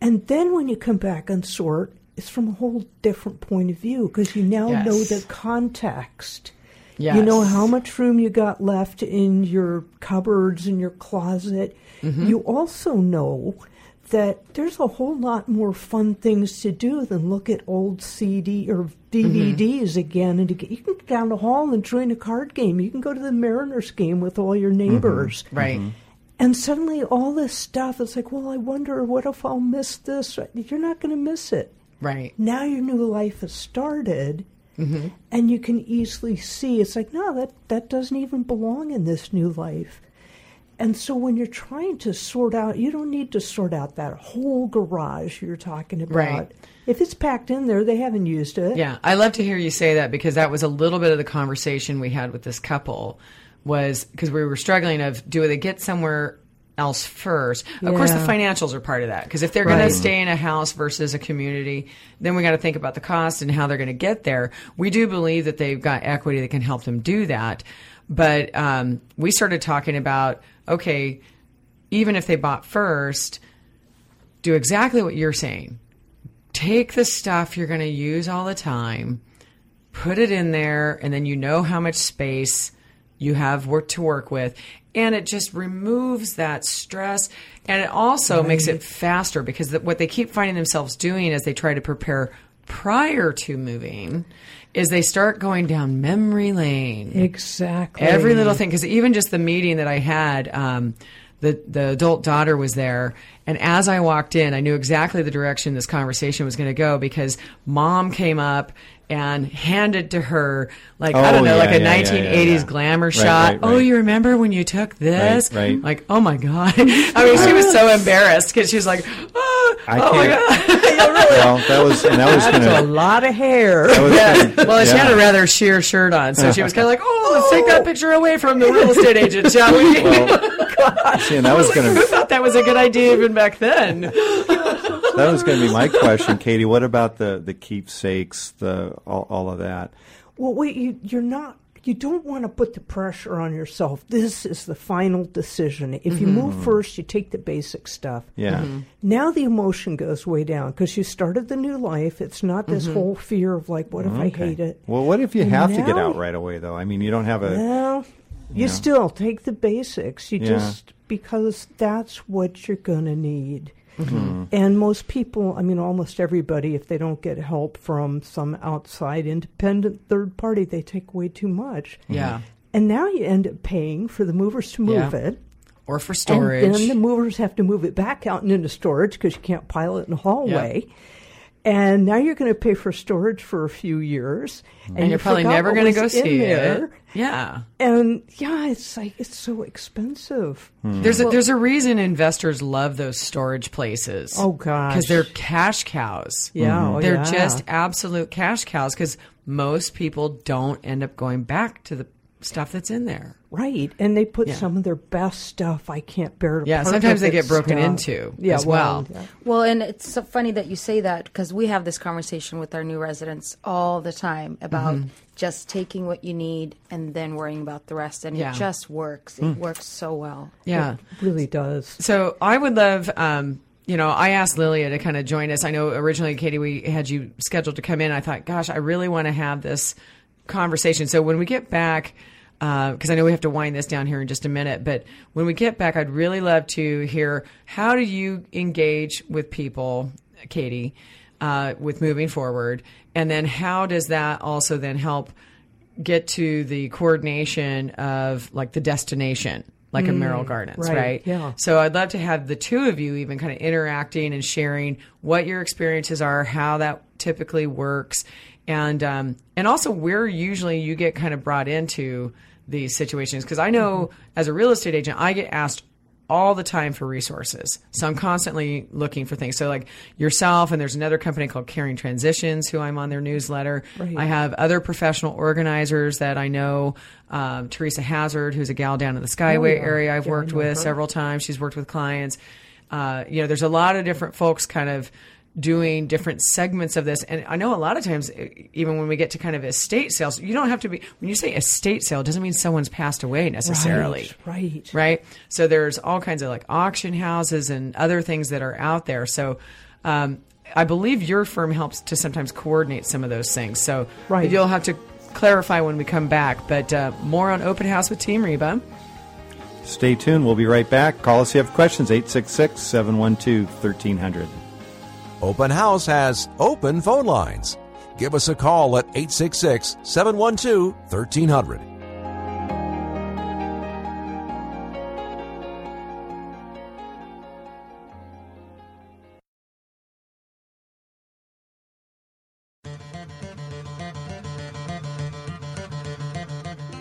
And then when you come back and sort, it's from a whole different point of view because you now know Yes. the context. Yes. You know how much room you got left in your cupboards and your closet. You also know that there's a whole lot more fun things to do than look at old CD or DVDs again and again. You can go down the hall and join a card game. You can go to the Mariners game with all your neighbors. Right. And suddenly all this stuff is like, well, I wonder what if I'll miss this? You're not going to miss it. Right. Now your new life has started, Mm-hmm. and you can easily see it's like, no, that, that doesn't even belong in this new life. And so when you're trying to sort out, you don't need to sort out that whole garage you're talking about. Right. If it's packed in there, they haven't used it. Yeah, I love to hear you say that because that was a little bit of the conversation we had with this couple was because we were struggling of do they get somewhere else first? Of course, the Yeah. financials are part of that because if they're going Right. to stay in a house versus a community, then we got to think about the cost and how they're going to get there. We do believe that they've got equity that can help them do that, but um, we started talking about okay, even if they bought first, do exactly what you're saying take the stuff you're going to use all the time, put it in there, and then you know how much space you have work to work with. And it just removes that stress. And it also makes it faster because th- what they keep finding themselves doing as they try to prepare prior to moving is they start going down memory lane. Exactly. Every little thing, because even just the meeting that I had, um, the the adult daughter was there, and as I walked in, I knew exactly the direction this conversation was going to go because mom came up and handed to her like I Oh, don't know, yeah, like a yeah, yeah, yeah, 1980s yeah. glamour Right, shot. right, Oh, right. you remember when you took this? Right, right. Like, oh my god! I mean, she was so embarrassed because she was like, oh, I oh my can't- god. Well, that was and that was That's a gonna. lot of hair. That was gonna Well, she yeah. had a rather sheer shirt on, so she was kind of like, "Oh, let's take that picture away from the real estate agent, shall we?" See, and that was gonna Who thought that was a good idea even back then? that was gonna be my question, Katie. What about the the keepsakes, the all, all of that? Well, wait, you, you're not. You don't want to put the pressure on yourself. This is the final decision. If you Mm-hmm. move first, you take the basic stuff. Yeah, Now the emotion goes way down because you started the new life. It's not this whole fear of like, what if I hate it? Well, what if you have to get Now- out right away though? I mean, you don't have a Well, you still take the basics. You Yeah. just because that's what you're gonna need. And most people, I mean, almost everybody, if they don't get help from some outside independent third party, they take way too much. Yeah. And now you end up paying for the movers to move Yeah. it. Or for And storage. then the movers have to move it back out and into storage because you can't pile it in the hallway. And now you're going to pay for storage for a few years, and you're probably never going to go see there. it. Yeah. And yeah, it's like it's so expensive. There's a, there's a reason investors love those storage places. Oh, gosh. Because they're cash cows. Yeah, Mhm. oh, They're yeah. just absolute cash cows because most people don't end up going back to the stuff that's in there. Right, and they put Yeah. some of their best stuff. I can't bear to. Yeah, part sometimes with they it get broken stuff. into yeah, as well. yeah. Well, and it's so funny that you say that because we have this conversation with our new residents all the time about Mm-hmm. just taking what you need and then worrying about the rest. And Yeah. it just works. Mm. It works so well. Yeah. It really does. So I would love, um, you know, I asked Lilia to kind of join us. I know originally, Katie, we had you scheduled to come in. I thought, gosh, I really want to have this conversation. So when we get back, because I know we have to wind this down here in just a minute, but when we get back, I'd really love to hear how do you engage with people, Katie, uh, with moving forward, and then how does that also then help get to the coordination of like the destination, like a Merrill Gardens, right? right, yeah. So I'd love to have the two of you even kind of interacting and sharing what your experiences are, how that typically works, and um, and also where usually you get kind of brought into these situations. Because I know as a real estate agent, I get asked all the time for resources. So I'm constantly looking for things. So like yourself and there's another company called Caring Transitions who I'm on their newsletter. I have other professional organizers that I know. Um, Teresa Hazard, who's a gal down in the Skyway area I've worked with several times. She's worked with clients. Uh, you know, there's a lot of different folks kind of doing different segments of this. And I know a lot of times, e- even when we get to kind of estate sales, you don't have to be, when you say estate sale, it doesn't mean someone's passed away necessarily Right, right. right? So there's all kinds of like auction houses and other things that are out there. So um, I believe your firm helps to sometimes coordinate some of those things. So Right. you'll have to clarify when we come back. But uh, more on Open House with Team Reba. Stay tuned. We'll be right back. Call us if you have questions, 866 712 1300. Open House has open phone lines. Give us a call at 866 712 1300.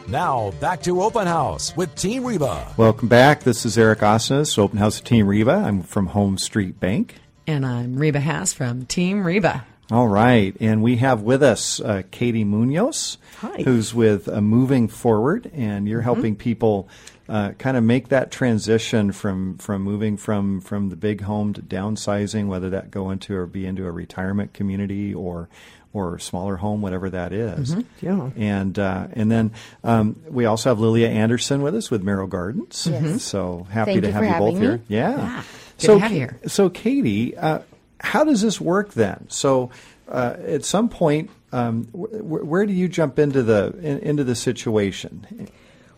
Now, back to Open House with Team Reba. Welcome back. This is Eric Osnes, Open House of Team Reva. I'm from Home Street Bank. And I'm Reba Haas from Team Reba. All right, and we have with us uh, Katie Munoz, Hi. who's with uh, Moving Forward, and Mm-hmm. you're helping people uh, kind of make that transition from from moving from from the big home to downsizing, whether that go into or be into a retirement community or or smaller home, whatever that is. Mm-hmm. Yeah. and uh, and then um, we also have Lilia Anderson with us with Merrill Gardens. So happy Thank to you have for you both having here. me. Yeah. Yeah. Good so to have you here. so, Katie, uh, how does this work then? So, uh, at some point, um, wh- wh- where do you jump into the in, into the situation?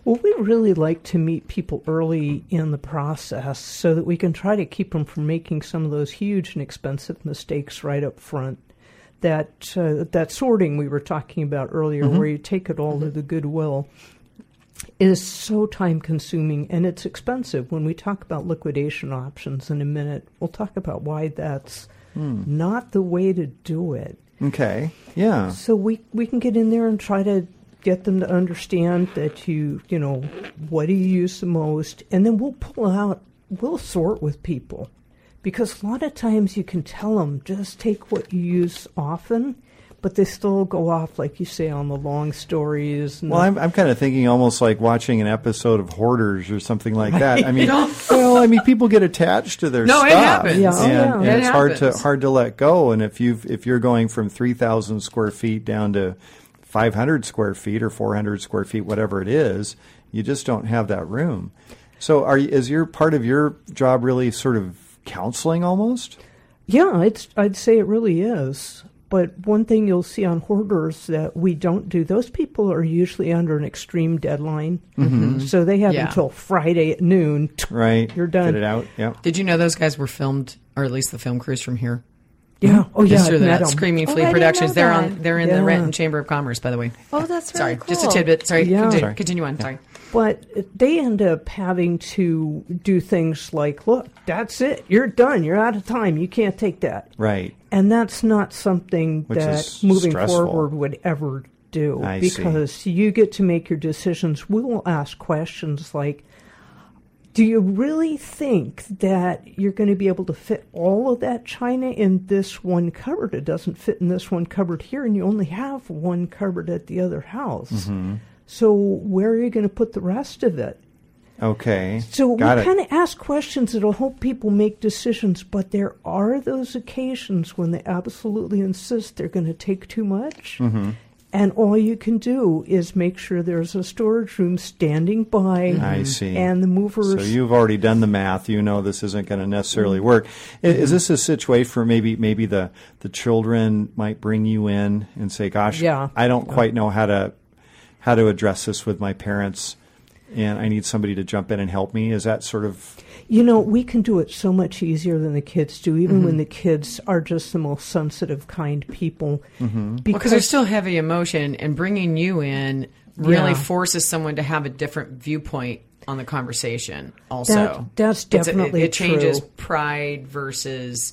Well, we really like to meet people early in the process so that we can try to keep them from making some of those huge and expensive mistakes right up front. That uh, that sorting we were talking about earlier, where you take it all to the goodwill, is so time consuming and it's expensive. When we talk about liquidation options in a minute, we'll talk about why that's not the way to do it. Okay, yeah, So we we can get in there and try to get them to understand that you you know what do you use the most, and then we'll pull out we'll sort with people because a lot of times you can tell them just take what you use often, but they still go off like you say on the long stories. And Well, the- I'm, I'm kind of thinking almost like watching an episode of Hoarders or something like that. I mean, well, I mean, people get attached to their No, it stuff, happens. Yeah. and, Yeah. and It it's hard to happens. hard to let go. And if you have if you're going from three thousand square feet down to five hundred square feet or four hundred square feet, whatever it is, you just don't have that room. So, are you- is your part of your job really sort of counseling almost? Yeah, it's I'd say it really is. But one thing you'll see on hoarders that we don't do, those people are usually under an extreme deadline. Mm-hmm. So they have Yeah. until Friday at noon. Right, You're done. Get it out. Yeah. Did you know those guys were filmed, or at least the film crews from here? Yeah. Oh, Mm-hmm. yeah. Just through I've met that 'em. Screaming Flea Oh, I didn't know Productions. They're on. that. They're in the Yeah. Renton Chamber of Commerce, by the way. Oh, that's really Sorry, cool. just a tidbit. Sorry, Yeah. continue, Sorry. continue on. Sorry. But they end up having to do things like, look, that's it. You're done. You're out of time. You can't take that. Right. And that's not something Which that is moving stressful. forward would ever do I see. because you get to make your decisions. We will ask questions like, do you really think that you're going to be able to fit all of that china in this one cupboard? It doesn't fit in this one cupboard here, and you only have one cupboard at the other house. Mm-hmm. So, where are you going to put the rest of it? Okay. So Got we it. kind of ask questions that'll help people make decisions, but there are those occasions when they absolutely insist they're going to take too much. Mm-hmm. And all you can do is make sure there's a storage room standing by. Mm-hmm. I see. And the movers. So you've already done the math. You know this isn't going to necessarily work. I- Is, this a situation where maybe maybe the the children might bring you in and say, "Gosh, Yeah. I don't quite know how to how to address this with my parents, and I need somebody to jump in and help me." Is that sort of You know, we can do it so much easier than the kids do, even Mm-hmm. when the kids are just the most sensitive, kind people. Mm-hmm. Because there's still heavy emotion, and bringing you in really Yeah. forces someone to have a different viewpoint on the conversation. Also, That- that's It's- definitely it, it changes true. pride versus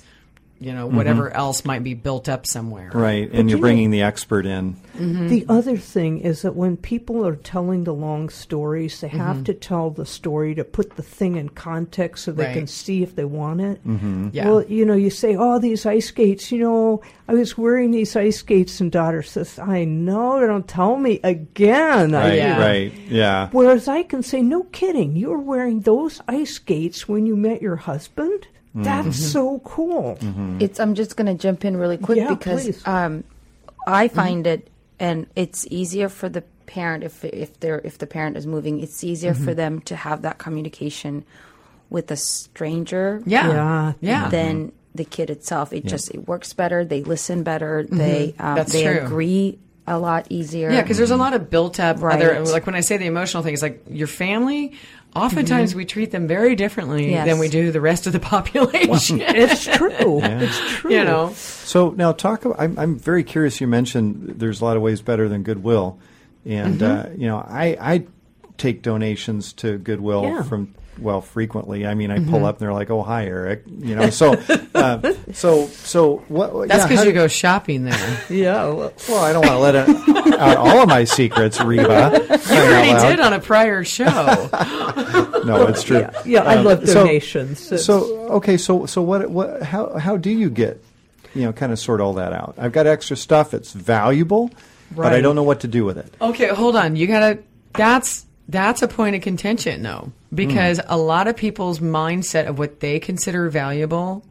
you know whatever else might be built up somewhere. right? And you're you- bringing the expert in. The Mm-hmm. other thing is that when people are telling the long stories, they Mm-hmm. have to tell the story to put the thing in context so they Right. can see if they want it. Mm-hmm. Yeah. Well, you know, you say, oh, these ice skates, you know, I was wearing these ice skates, and daughter says, I know, don't tell me again. I Right. Yeah. Right. Yeah. Whereas I can say, no kidding, you were wearing those ice skates when you met your husband? That's Mm-hmm. so cool. It's. I'm just going to jump in really quick Yeah, because please. Mm-hmm. um, I find it, and it's easier for the parent if if they're if the parent is moving. It's easier Mm-hmm. for them to have that communication with a stranger. Yeah. Yeah. Mm-hmm. Yeah. Than the kid itself. It just it works better. They listen better. They Mm-hmm. um, That's they true. agree a lot easier. Yeah, because there's Mm-hmm. a lot of built up other Right. like when I say the emotional thing, it's like your family. Mm-hmm. Oftentimes, we treat them very differently Yes. than we do the rest of the population. It's true. It's true. you know, So now talk. About, I'm, I'm very curious. You mentioned there's a lot of ways better than Mm-hmm. Goodwill, and uh, you know I I take donations to Goodwill Yeah. Mm-hmm. from well frequently. I mean, I pull up and they're like, "Oh, hi, Eric." You know, so uh, so so what? That's yeah, because how you do- go shopping there. Yeah. Well, Well, I don't want to let it, out all of my secrets, Reba. you already did on a prior show. No, it's true. yeah, I Um, love so- donations. It's- So okay, so so what what how how do you get you know kind of sort all that out? I've got extra stuff. It's valuable, but I Right. don't know what to do with it. Okay, hold on. You gotta. That's that's a point of contention, though, Mm. because a lot of people's mindset of what they consider valuable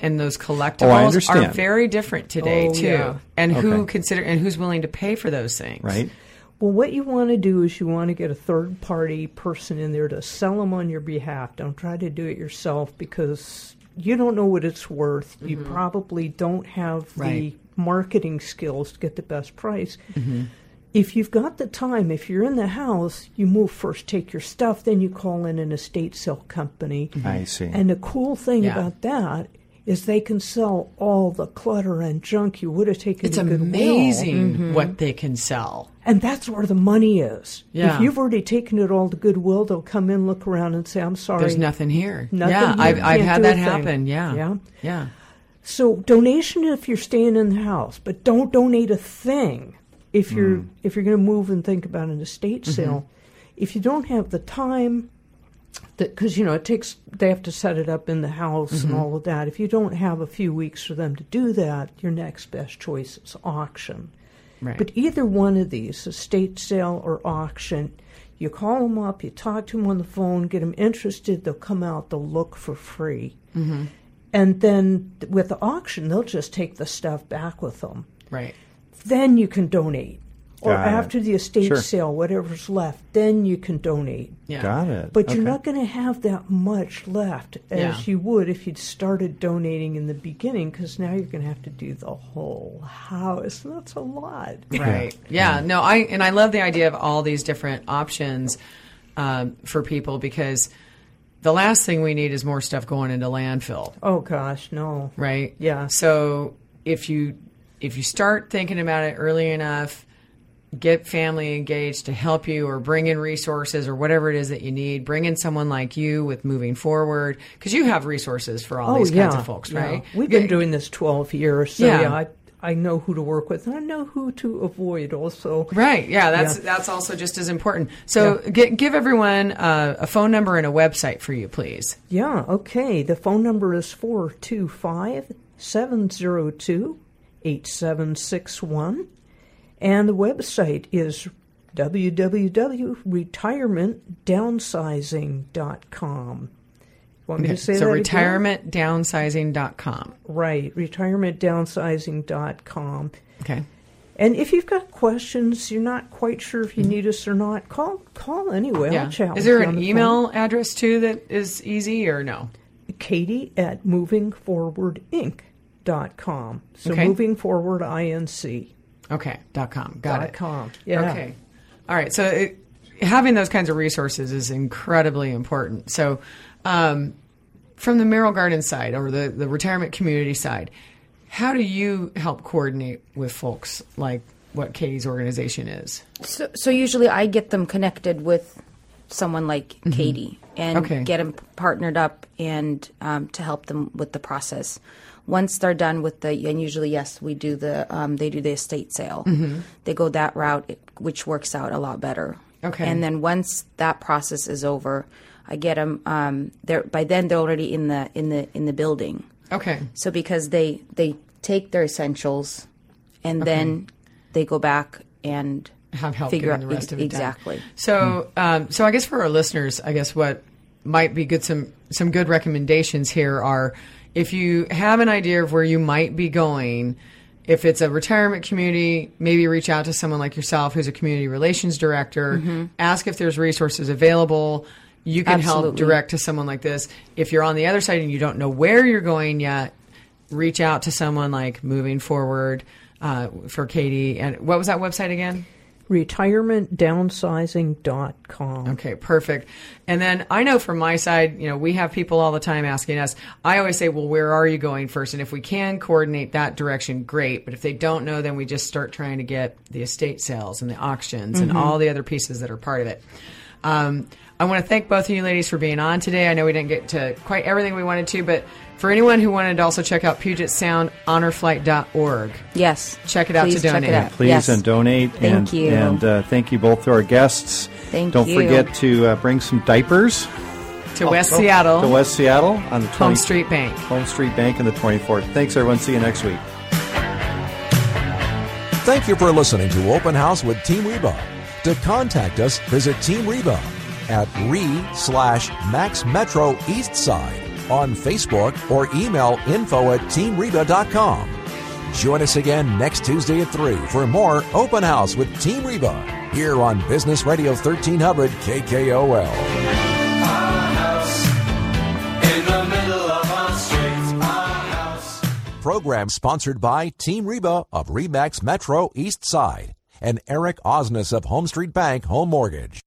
and those collectibles are Mm-hmm. Oh, understand. very different today, Oh, too. yeah. And who Okay. consider and who's willing to pay for those things, Right? Well, what you want to do is you want to get a third party person in there to sell them on your behalf. Don't try to do it yourself because you don't know what it's worth. You probably don't have Mm-hmm. Right. Mm-hmm. the marketing skills to get the best price. If you've got the time, if you're in the house, you move first, take your stuff, then you call in an estate sale company. I see. And the cool thing Mm-hmm. Yeah. about that is they can sell all the clutter and junk you would have taken It's to Goodwill. amazing Mm-hmm. what they can sell. And that's where the money is. Yeah. If you've already taken it all to Goodwill, they'll come in, look around, and say, I'm sorry. There's nothing here. Nothing yeah, here. I've, I've Can't had do a that thing. happen. Yeah. Yeah. Yeah. So donation if you're staying in the house, but don't donate a thing if you're if you're going to move and think about an estate sale. If you don't have the time, because you know it takes they have to set it up in the house and all of that. If you don't have a few weeks for them to do that, your next best choice is auction. Right. But either one of these, estate sale or auction, you call them up, you talk to them on the phone, get them interested, they'll come out, they'll look for free. And then th- with the auction, they'll just take the stuff back with them. Right. Then you can donate. Or Got it. after the estate Sure. sale, whatever's left, then you can donate. Yeah. Got it. But Okay. you're not going to have that much left as Yeah. you would if you'd started donating in the beginning, because now you're going to have to do the whole house. That's a lot. Right. Yeah. No, I and I love the idea of all these different options um, for people because the last thing we need is more stuff going into landfill, Oh gosh, no. right? Yeah. So if you if you start thinking about it early enough, get family engaged to help you or bring in resources or whatever it is that you need, bring in someone like you with moving forward because you have resources for all Oh these yeah, kinds of folks, yeah. right? We've Yeah. been doing this twelve years, so Yeah. yeah, I I know who to work with, and I know who to avoid also. Right. Yeah. That's that's also just as important. So gi- give everyone uh, a phone number and a website for you, please. Yeah. Okay. The phone number is four two five seven zero two eight seven six one, and the website is www.retirementdownsizing.com. Want me to say So that again? retirementdownsizing.com. Right, retirementdownsizing.com. Okay. And if you've got questions, you're not quite sure if you need us or not, call call anyway. I'll chat Mm-hmm. Is with there you on an the phone. email address too that is easy or no? Katie at movingforwardinc.com. So Okay. moving forward inc. Okay. Dot com. Got Dot it. com. Yeah. Okay. All right. So it, having those kinds of resources is incredibly important. So, um, from the Merrill Garden side or the, the retirement community side, how do you help coordinate with folks like what Katie's organization is? So, so usually I get them connected with someone like Katie and Mm-hmm. Okay. get them partnered up and um, to help them with the process. Once they're done with the, and usually yes, we do the, um, they do the estate sale. Mm-hmm. They go that route, it- which works out a lot better. Okay. And then once that process is over, I get them. Um, they're by then they're already in the in the in the building. Okay. So because they they take their essentials, and then they go back and Have help figure out getting the rest e- of it done. exactly. So, um, so I guess for our listeners, I guess what might be good some some good recommendations here are if you have an idea of where you might be going. If it's a retirement community, maybe reach out to someone like yourself who's a community relations director. Mm-hmm. Ask if there's resources available. You can help Absolutely. direct to someone like this. If you're on the other side and you don't know where you're going yet, reach out to someone like Moving Forward uh, for Katie. And what was that website again? Retirementdownsizing.com. Okay, perfect. And then I know from my side, you know, we have people all the time asking us. I always say, well, where are you going first? And if we can coordinate that direction, great. But if they don't know, then we Mm-hmm. just start trying to get the estate sales and the auctions and all the other pieces that are part of it. Um, I want to thank both of you ladies for being on today. I know we didn't get to quite everything we wanted to, but for anyone who wanted to also check out Puget Sound Honorflight.org. Yes. Check it out Please to check it donate. out. Please Yes. and donate. and, Thank you. And uh, thank you both to our guests. Thank Don't you. forget to uh, bring some diapers To West Seattle, Oh, to West Seattle on the 20- Home Street Bank. Home Street Bank on the 24th. Thanks, everyone. See you next week. Thank you for listening to Open House with Team Reba. To contact us, visit Team Reba at re slash Max Metro East Side on Facebook or email info at teamreba.com. Join us again next Tuesday at 3 for more Open House with Team Reba here on Business Radio 1300 KKOL. In the middle of our street, our house. Program sponsored by Team Reba of Remax Metro East Side and Eric Osnes of Home Street Bank Home Mortgage.